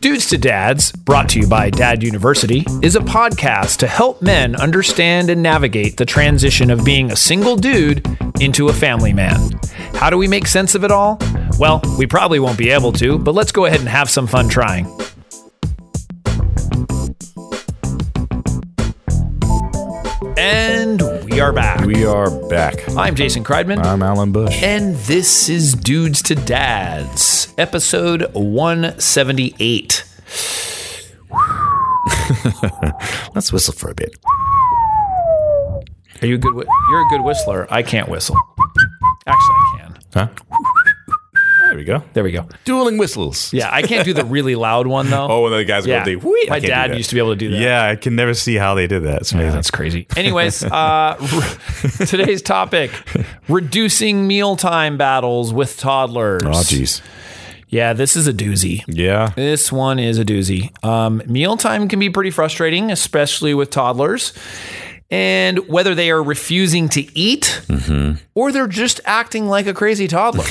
Dudes to Dads, brought to you by Dad University, is a podcast to help men understand and navigate the transition of being a single dude into a family man. How do we make sense of it all? Well, we probably won't be able to, but let's go ahead and have some fun trying. And we are back. We are back. I'm Jason Kreidman. I'm Alan Bush. And this is Dudes to Dads, episode 178. Let's whistle for a bit. Are you a good? whi- You're a good whistler. I can't whistle. Actually, I can. Huh? There we go. There we go. Dueling whistles. Yeah, I can't do the really loud one though. Oh, and the guys yeah. go, they, whee, I My can't do dad that. used to be able to do that. Yeah, I can never see how they did that. It's Yeah, amazing. that's crazy. Anyways, uh, today's topic: reducing mealtime battles with toddlers. Oh, jeez. Yeah, this is a doozy. Yeah. This one is a doozy. Um, mealtime can be pretty frustrating, especially with toddlers. And whether they are refusing to eat Mm-hmm. or they're just acting like a crazy toddler.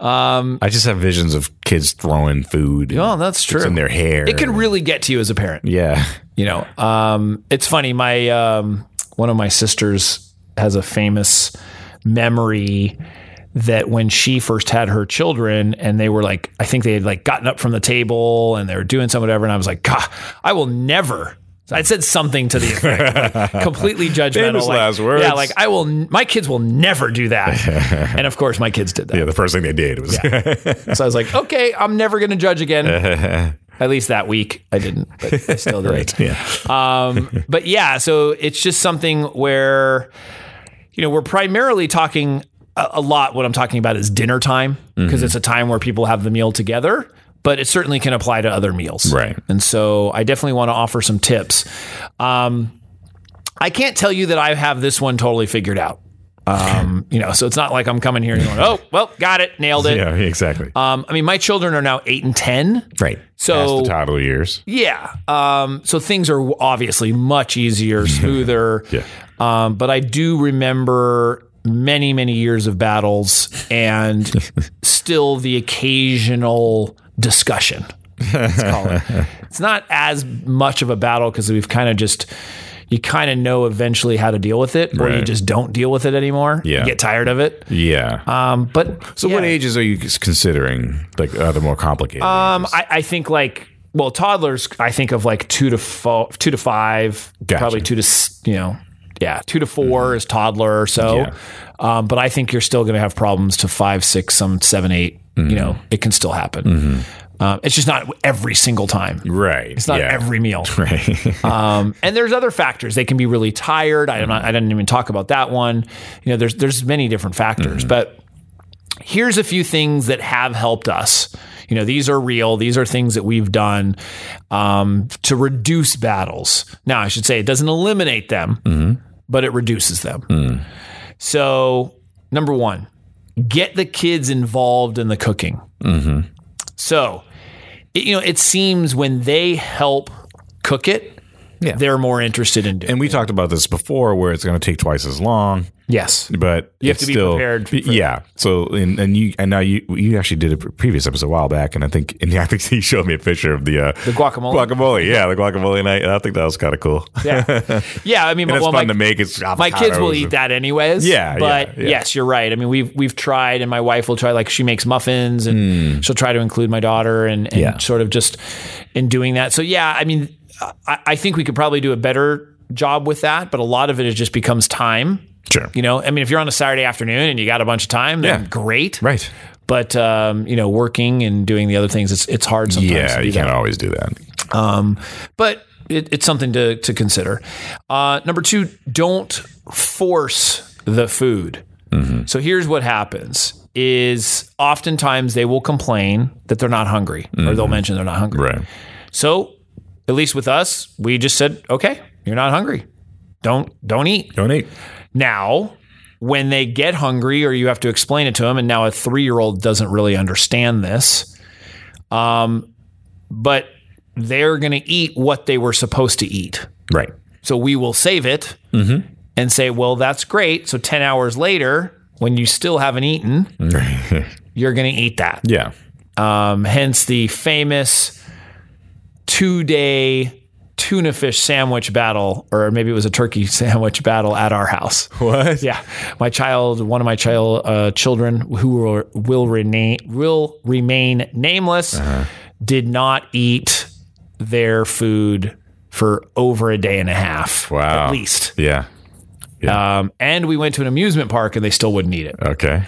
I just have visions of kids throwing food and oh, that's true. it's in their hair. It can really get to you as a parent. yeah. You know, um, it's funny. My um, one of my sisters has a famous memory that when she first had her children and they were like, I think they had like gotten up from the table and they were doing some whatever, and I was like, God, I will never. I said something to the effect, like, completely judgmental. Famous like, last words. Yeah, like I will. My kids will never do that. and of course, my kids did that. Yeah, the first thing they did was So I was like, okay, I'm never going to judge again. At least that week, I didn't, but I still did. it. yeah. Um, but yeah, so it's just something where, you know, we're primarily talking a, a lot. What I'm talking about is dinner time because it's a time where people have the meal together, but it certainly can apply to other meals. Right. And so I definitely want to offer some tips. Um, I can't tell you that I have this one totally figured out. Um, you know, so it's not like I'm coming here and going, oh, well, got it, nailed it. Yeah, exactly. Um, I mean, my children are now eight and 10. right. so- Past the toddler years. Yeah. Um, so things are obviously much easier, smoother. Yeah. Um, but I do remember many, many years of battles and still the occasional discussion. Let's call it. It's not as much of a battle because we've kind of just, you kind of know eventually how to deal with it, or you Right. just don't deal with it anymore. Yeah. You get tired of it. Yeah. Um, but so, what ages are you considering? Like, are the more complicated? Um, I, I think like well, toddlers. I think of like two to four, two to five, Gotcha. Mm-hmm. probably two to s- you know, yeah, two to 4 is toddler or so. Yeah. Um, but I think you're still going to have problems to five, six, some seven, eight, Mm-hmm. You know, it can still happen. Um, it's just not every single time. right. It's not every meal. Right. Um, and there's other factors. They can be really tired. I'm not, I didn't even talk about that one. You know, there's there's many different factors, but here's a few things that have helped us. You know, these are real. These are things that we've done um, to reduce battles. Now, I should say it doesn't eliminate them, but it reduces them. So, number one, get the kids involved in the cooking. So, it, you know, it seems when they help cook it, Yeah. they're more interested in doing. and we talked about this before where it's going to take twice as long. yes, but you have to be prepared for- yeah. So and, and you and now you you actually did a pre- previous episode a while back, and I think and I think he showed me a picture of the uh, the guacamole? guacamole. Yeah, the guacamole night. And I think that was kind of cool. yeah, yeah. I mean, and it's well, fun my, to make. It's my kids will avocados eat and- that anyways. Yeah, but yeah, yeah. yes, you're right. I mean, we've we've tried, and my wife will try. Like she makes muffins, and she'll try to include my daughter, and, and Mm. Yeah. sort of just in doing that. So yeah, I mean, I, I think we could probably do a better job with that, but a lot of it is just becomes time. Sure. You know, I mean, if you're on a Saturday afternoon and you got a bunch of time, then Yeah. great. Right. But um, you know, working and doing the other things, it's it's hard sometimes. Yeah, to do you can't that. always do that. Um, but it, it's something to to consider. Uh, number two, don't force the food. Mm-hmm. So here's what happens: is oftentimes they will complain that they're not hungry, or they'll mention they're not hungry. Mm-hmm. Right. So at least with us, we just said, okay, you're not hungry. Don't don't eat. Don't eat. Now, when they get hungry or you have to explain it to them, and now a three year old doesn't really understand this, um, but they're going to eat what they were supposed to eat. Right. So we will save it and say, well, that's great. So Mm-hmm. 10 hours later, when you still haven't eaten, you're going to eat that. yeah. Um, hence the famous two day tuna fish sandwich battle, or maybe it was a turkey sandwich battle at our house. What? Yeah, my child, one of my child uh, children who will, will remain will remain nameless, Uh-huh. did not eat their food for over a day and a half, Wow. at least. Yeah. Um, and we went to an amusement park, and they still wouldn't eat it. Okay.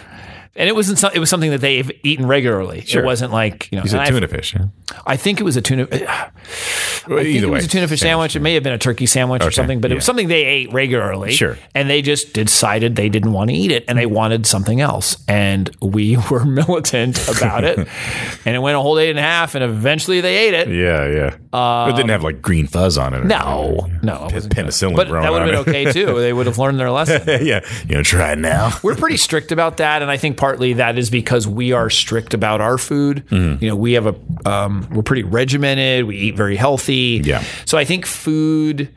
And it wasn't. so- It was something that they've eaten regularly. It wasn't like you know. He's a and I- tuna fish. Yeah? I think it was a tuna. Well, I think Either it way. was a tuna fish sandwich. It may have been a turkey sandwich or something, but it was yeah. something they ate regularly. Sure. And they just decided they didn't want to eat it and they wanted something else. And we were militant about it. And it went a whole day and a half and eventually they ate it. Yeah, yeah. but it didn't have like green fuzz on it. or Um, No, anything. no. it wasn't good. penicillin But grown that would on have been okay too. They would have learned their lesson. yeah. You know, try it now. we're pretty strict about that, and I think partly that is because we are strict about our food. Mm-hmm. You know, we have a um, we're pretty regimented. We eat very healthy. Yeah. So I think food.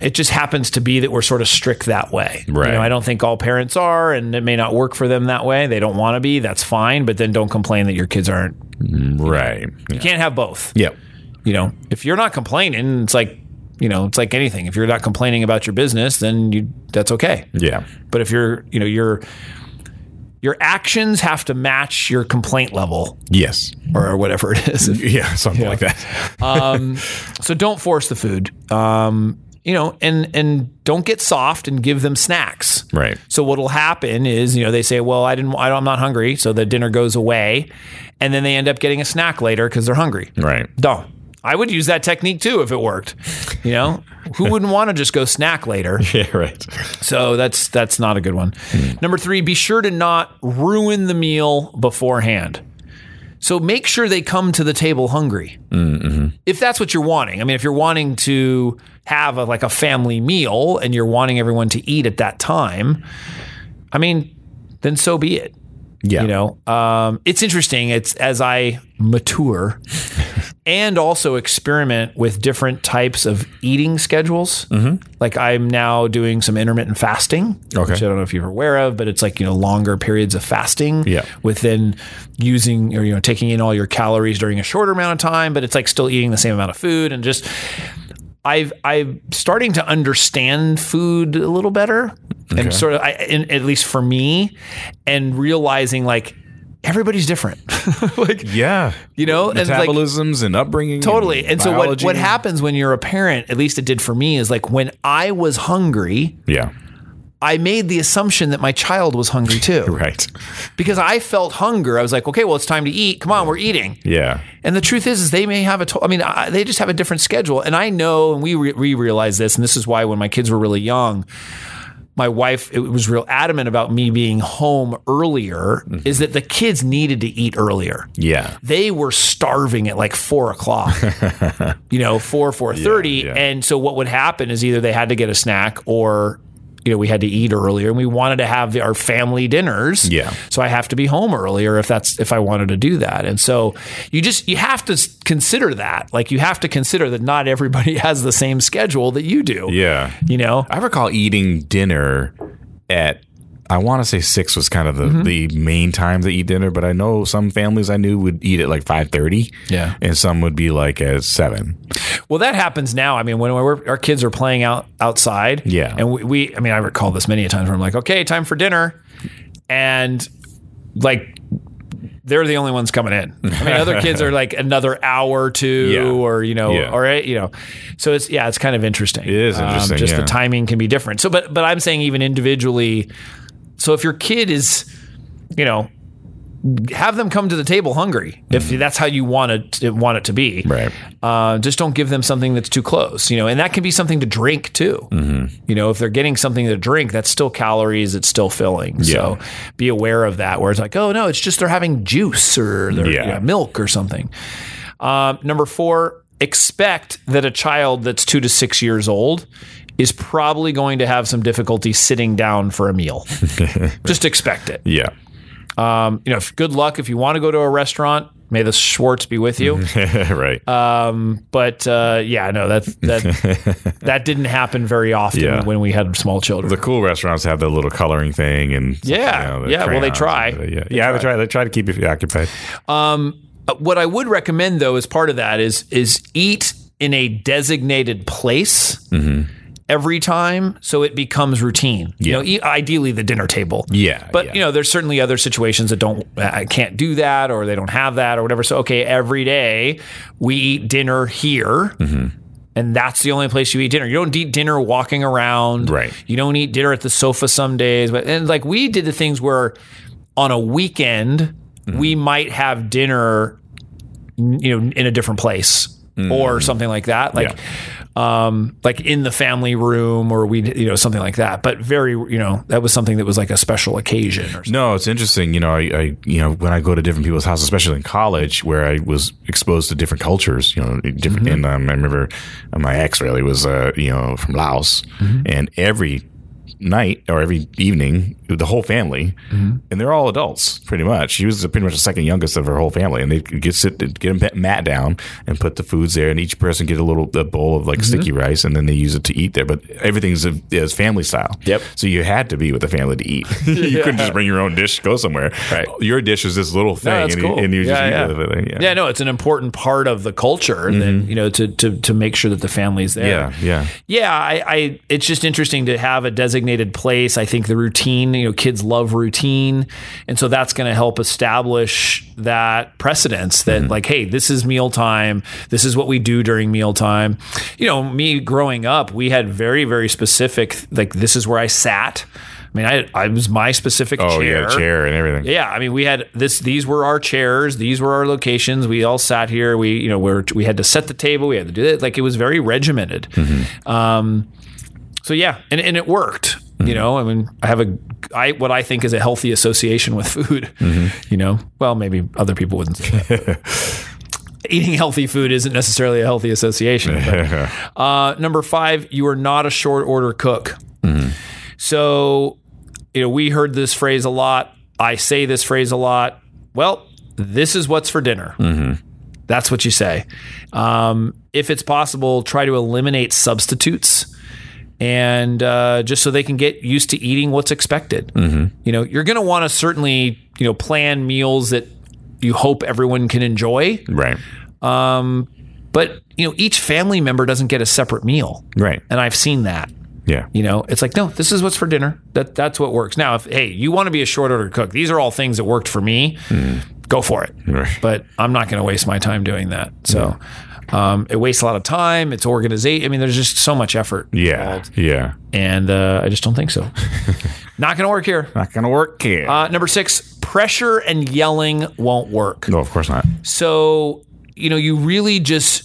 It just happens to be that we're sort of strict that way. Right. You know, I don't think all parents are, and it may not work for them that way. They don't want to be. That's fine, but then don't complain that your kids aren't. right. You can't have both. Yep. You know, if you're not complaining, it's like you know, it's like anything. If you're not complaining about your business, then you that's okay. Yeah. But if you're, you know, your your actions have to match your complaint level Yes. or whatever it is. Yeah. Something like that. so don't force the food. Um, you know, and and don't get soft and give them snacks. Right. So what'll happen is, you know, they say, "Well, I didn't I don't, I'm not hungry," so the dinner goes away, and then they end up getting a snack later cuz they're hungry. Right. Don't. I would use that technique too if it worked. You know, who wouldn't want to just go snack later? Yeah. Right. So that's that's not a good one. Number three, be sure to not ruin the meal beforehand. So make sure they come to the table hungry. If that's what you're wanting, I mean, if you're wanting to have a, like a family meal and you're wanting everyone to eat at that time, I mean, then so be it. Yeah. You know, um, it's interesting. It's as I mature and also experiment with different types of eating schedules. Like I'm now doing some intermittent fasting, Mm-hmm. Okay. which I don't know if you're aware of, but it's like you know longer periods of fasting. Yeah. Within using or you know taking in all your calories during a shorter amount of time, but it's like still eating the same amount of food and just I've I'm starting to understand food a little better, and sort of I, in, at least for me, and realizing like everybody's different, like Yeah. you know, and like Metabolisms and upbringing. totally. And so what biology. what happens when you're a parent? At least it did for me is like when I was hungry, Yeah. I made the assumption that my child was hungry too, Right. because I felt hunger. I was like, okay, well it's time to eat. Come on, we're eating. Yeah. And the truth is, is they may have a. To- I mean, I, they just have a different schedule. And I know, and we re- we realize this, and this is why when my kids were really young, my wife it was real adamant about me being home earlier. Mm-hmm. Is that the kids needed to eat earlier? Yeah. They were starving at like four o'clock, you know, four four thirty, yeah. and so what would happen is either they had to get a snack or. You know, we had to eat earlier, and we wanted to have our family dinners. Yeah. So I have to be home earlier if that's if I wanted to do that. And so you just you have to s- consider that. Like you have to consider that not everybody has the same schedule that you do. Yeah. You know? I recall eating dinner at I want to say six was kind of the, the main time to eat dinner, but I know some families I knew would eat at like five thirty, Yeah. and some would be like at seven. Well, that happens now. I mean, when we're, our kids are playing out outside, Yeah. and we, we, I mean, I recall this many a times where I'm like, okay, time for dinner, and like they're the only ones coming in. I mean, other kids are like another hour or two, Yeah. or you know, Yeah. or eh, you know, so it's yeah, it's kind of interesting. It is interesting, just yeah. the timing can be different. So, but but I'm saying even individually. So if your kid is, you know, have them come to the table hungry if that's how you want it want it to be. Mm-hmm. Right. Uh, just don't give them something that's too close, you know, and that can be something to drink too. You know, if they're getting something to drink, that's still calories, it's still filling. So be aware of that. Where it's like, oh no, it's just they're having juice or they're, Yeah. yeah, milk or something. Um, number four, expect that a child that's two to six years old is probably going to have some difficulty sitting down for a meal. just expect it. Yeah, Um, you know, if- good luck if you want to go to a restaurant. May the Schwartz be with you. right. But uh, yeah, no, that that that didn't happen very often Yeah. when we had small children. the cool restaurants have the little coloring thing and Yeah. the Yeah, well, they crayons. try. yeah, yeah, they try. They try to keep you occupied. Uh, what I would recommend though, as part of that, is is eat in a designated place Mm-hmm. every time, so it becomes routine. You know, eat, ideally the dinner table. Yeah, but yeah. you know, there's certainly other situations that don't uh, can't do that, or they don't have that, or whatever. So okay, every day we eat dinner here. And that's the only place you eat dinner. You don't eat dinner walking around. Right. You don't eat dinner at the sofa some days, but and like we did the things where on a weekend Mm-hmm. we might have dinner, n- you know, in a different place Mm-hmm. or something like that, like um, like in the family room or we, you know, something like that. But very, you know, that was something that was like a special occasion or something. No, it's interesting. You know, I, I, you know, when I go to different people's houses, especially in college, where I was exposed to different cultures, you know, different. And um, I remember my ex really was, uh, you know, from Laos, and every night or every evening, the whole family, and they're all adults pretty much. She was pretty much the second youngest of her whole family, and they could get sit, get a mat down and put the foods there, and each person get a little a bowl of like sticky rice, and then they use it to eat there. But everything's a, is family style. Yep. So you had to be with the family to eat. you couldn't just bring your own dish, go somewhere. Right. Your dish is this little thing, that's and, cool. you, and you just Yeah, eat yeah. with it. Yeah, no, it's an important part of the culture, and then you know, to to to make sure that the family's there. Mm-hmm. yeah, yeah. Yeah, I, I it's just interesting to have a designated place. I think the routine, you know, kids love routine, and so that's going to help establish that precedence that Mm-hmm. like, hey, this is mealtime. This is what we do during mealtime. You know, me growing up, we had very very specific like this is where I sat. I mean, I I was my specific Oh chair. yeah, chair and everything. Yeah, I mean, we had this. These were our chairs. These were our locations. We all sat here. We, you know, we we had to set the table. We had to do it. Like it was very regimented. Um, so yeah, and, and it worked. You know, I mean, I have a, I what I think is a healthy association with food. You know, well, maybe other people wouldn't. Say that. Eating healthy food isn't necessarily a healthy association. but- uh, number five, you are not a short order cook. So, you know, we heard this phrase a lot. I say this phrase a lot. Well, this is what's for dinner. That's what you say. Um, if it's possible, try to eliminate substitutes. And uh, just so they can get used to eating what's expected. You know, you're going to want to certainly, you know, plan meals that you hope everyone can enjoy. Right. But you know, each family member doesn't get a separate meal, Right. and I've seen that. Yeah. You know, it's like no, this is what's for dinner. That that's what works. Now, if hey, you want to be a short order cook, these are all things that worked for me. Go for it. Right. But I'm not going to waste my time doing that. So. Um, it wastes a lot of time. It's organization. I mean, there's just so much effort. Yeah. Yeah. And uh, I just don't think so. Not going to work here. Not gonna work here. Uh, number six, pressure and yelling won't work. no, of course not. So, you know, you really just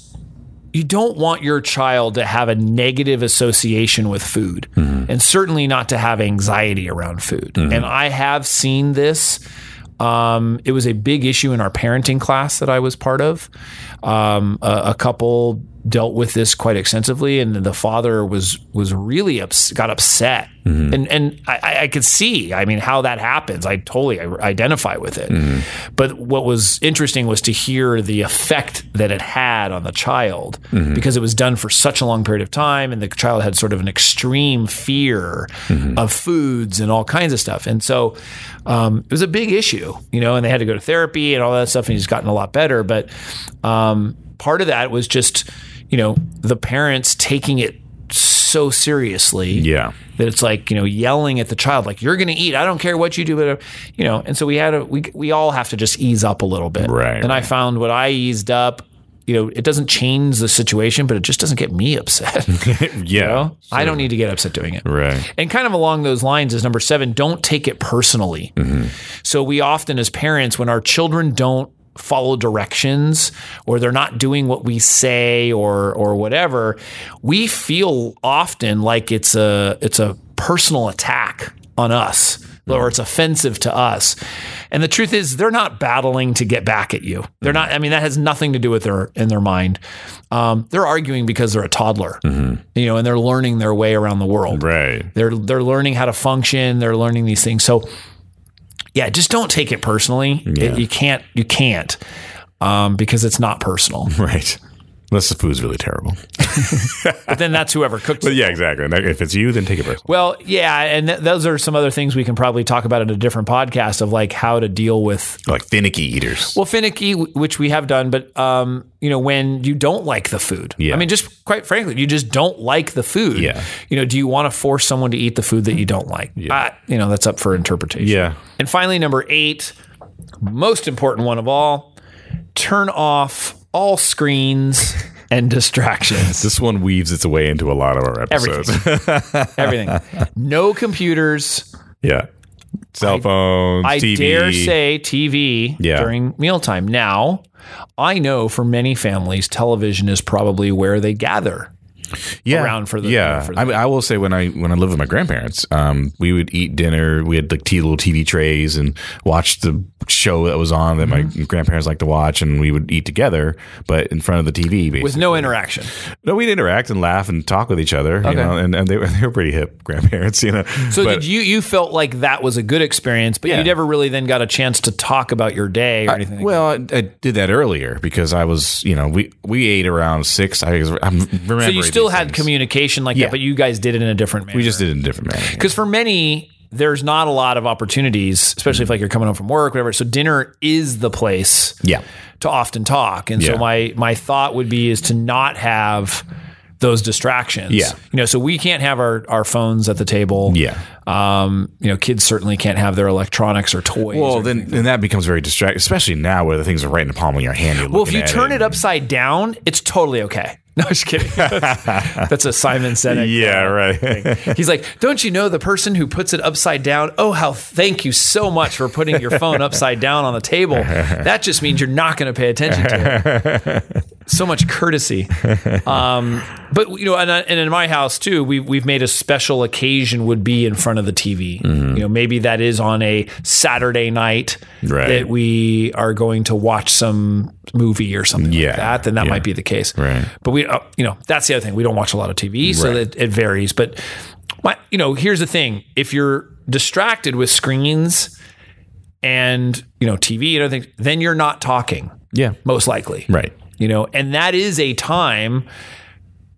you don't want your child to have a negative association with food and certainly not to have anxiety around food. And I have seen this um, it was a big issue in our parenting class that I was part of. Um, a, a couple dealt with this quite extensively, and the father was was really ups, got upset, and and I- I, I could see, I mean, how that happens. I totally identify with it. But what was interesting was to hear the effect that it had on the child because it was done for such a long period of time, and the child had sort of an extreme fear of foods and all kinds of stuff, and so um, it was a big issue, you know, and they had to go to therapy and all that stuff, and he's gotten a lot better. But um, part of that was just, you know, the parents taking it so seriously Yeah. that it's like you know yelling at the child like you're going to eat i don't care what you do but uh," you know and so we had a we, we all have to just ease up a little bit Right, and i found what i eased up you know it doesn't change the situation but it just doesn't get me upset you Yeah. know? i don't need to get upset doing it Right. and kind of along those lines is number seven, don't take it personally. So we often, as parents, when our children don't follow directions or they're not doing what we say or or whatever, we feel often like it's a it's a personal attack on us or it's offensive to us. And the truth is they're not battling to get back at you. They're not I mean that has nothing to do with their in their mind. Um, they're arguing because they're a toddler. You know, and they're learning their way around the world. Right. They're they're learning how to function. They're learning these things. So yeah, just don't take it personally. It- you can't. You can't. Um, because it's not personal. Right. Unless the food's really terrible. But then that's whoever cooked it. Yeah, exactly. And If it's you, then take it personal. Well, yeah, and th- those are some other things we can probably talk about in a different podcast of like how to deal with Like finicky eaters. Well, finicky, w- which we have done, but um, you know, when you don't like the food, Yeah. I mean, just quite frankly, you just don't like the food. Yeah. You know, do you want to force someone to eat the food that you don't like? I- you know, that's up for interpretation. yeah. And finally, number eight, most important one of all, turn off all screens and distractions. This one weaves its way into a lot of our episodes. Everything. No computers. yeah. Cell phones, I TV. dare say TV Yeah. during mealtime. Now, I know for many families, television is probably where they gather. yeah. around for the- yeah. for I, mean, I will say when I when I lived with my grandparents, um, we would eat dinner. We had like t- little TV trays and watch the show that was on that Mm-hmm. my grandparents liked to watch, and we would eat together, but in front of the TV. Basically. with no interaction. no, we'd interact and laugh and talk with each other, you know, and, and they were they were pretty hip grandparents, you know. So But- did you you felt like that was a good experience, but you Yeah. never really then got a chance to talk about your day or anything. like Well, I, I did that earlier because I was, you know, we we ate around six. I, I'm remembering. that. so you still these had things. communication like that, but you guys did it in a different manner. We just did it in a different manner. because for many there's not a lot of opportunities, especially if like you're coming home from work, whatever. So dinner is the place Yeah. to often talk, and so Yeah. my my thought would be is to not have those distractions. Yeah. you know, so we can't have our our phones at the table. Yeah. um, you know, kids certainly can't have their electronics or toys. or Well, then then that becomes very distracting, especially now where the things are right in the palm of your hand. Well, if you turn it upside down, it's totally okay. No, I'm just kidding. That's a Simon Sinek. Yeah, right. He's like, don't you know the person who puts it upside down? Oh, how thank you so much for putting your phone upside down on the table. That just means you're not going to pay attention to it. So much courtesy. Um, but you know, and, uh, and in my house too, we we've made a special occasion would be in front of the TV. Mm-hmm. You know, maybe that is on a Saturday night Right. that we are going to watch some movie or something Yeah, like that. Then that yeah. might be the case. Right. But we, uh, you know, that's the other thing. We don't watch a lot of TV, so Right. it, it varies. But my, you know, here's the thing: if you're distracted with screens and you know TV and other things, then you're not talking. yeah. Most likely Right. you know and that is a time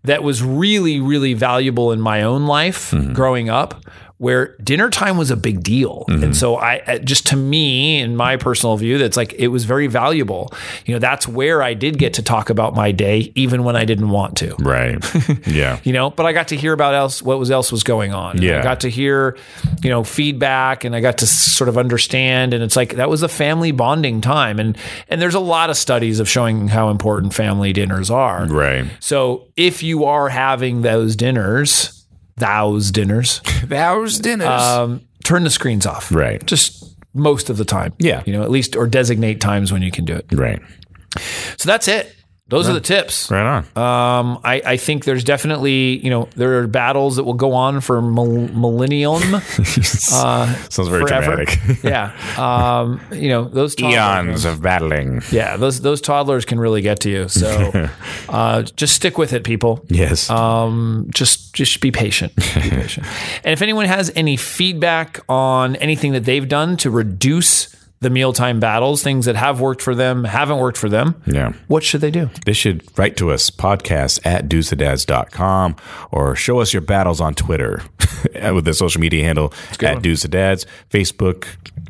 that was really really valuable in my own life growing up where dinner time was a big deal and so i uh, just to me in my personal view that's like it was very valuable you know that's where i did get to talk about my day even when i didn't want to Right. yeah. you know but i got to hear about else what was else was going on Yeah. i got to hear you know feedback and i got to s- sort of understand and it's like that was a family bonding time and and there's a lot of studies of showing how important family dinners are Right. so if you are having those dinners those dinners Hours dinners. um, turn the screens off Right. just most of the time Yeah. you know at least or designate times when you can do it right. so that's it those are the tips Right on. um, I, I think there's definitely, you know, there are battles that will go on for mil- millennium, Sounds very forever. dramatic. yeah. Um, you know, those toddlers, Eons of battling. Yeah, those those toddlers can really get to you. So, uh, just stick with it, people. Yes. Um, just just be patient. Be patient. and if anyone has any feedback on anything that they've done to reduce the mealtime battles, things that have worked for them, haven't worked for them, yeah. what should they do? They should write to us, podcast at deucedads.com, or show us your battles on Twitter with the social media handle at deucedads, Facebook,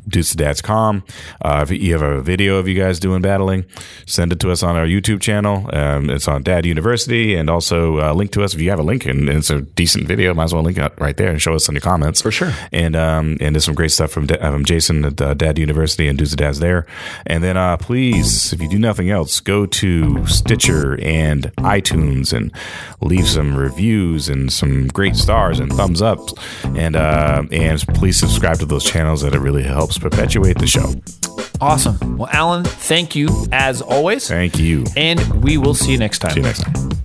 deucedads.com. Uh, if you have a video of you guys doing battling, send it to us on our YouTube channel. Um, it's on Dad University, and also uh, link to us if you have a link and, and it's a decent video. Might as well link it right there and show us in the comments for sure. and um, and there's some great stuff from Da- um, Jason at uh, Dad University and Dudes and Dads there. And then uh, please, if you do nothing else, go to Stitcher and iTunes and leave some reviews and some great stars and thumbs ups. And uh, and please subscribe to those channels that it really helps perpetuate the show. Awesome. Well, Alan, thank you as always. Thank you. and we will see you next time. See you next time.